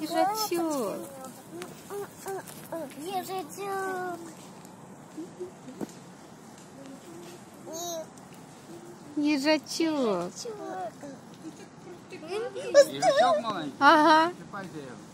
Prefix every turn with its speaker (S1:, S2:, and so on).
S1: Їжачок.
S2: Їжачок.
S1: Їжачок.
S2: Їжачок.
S3: Їжачок маленький,
S1: Ага.
S3: чіпайте його.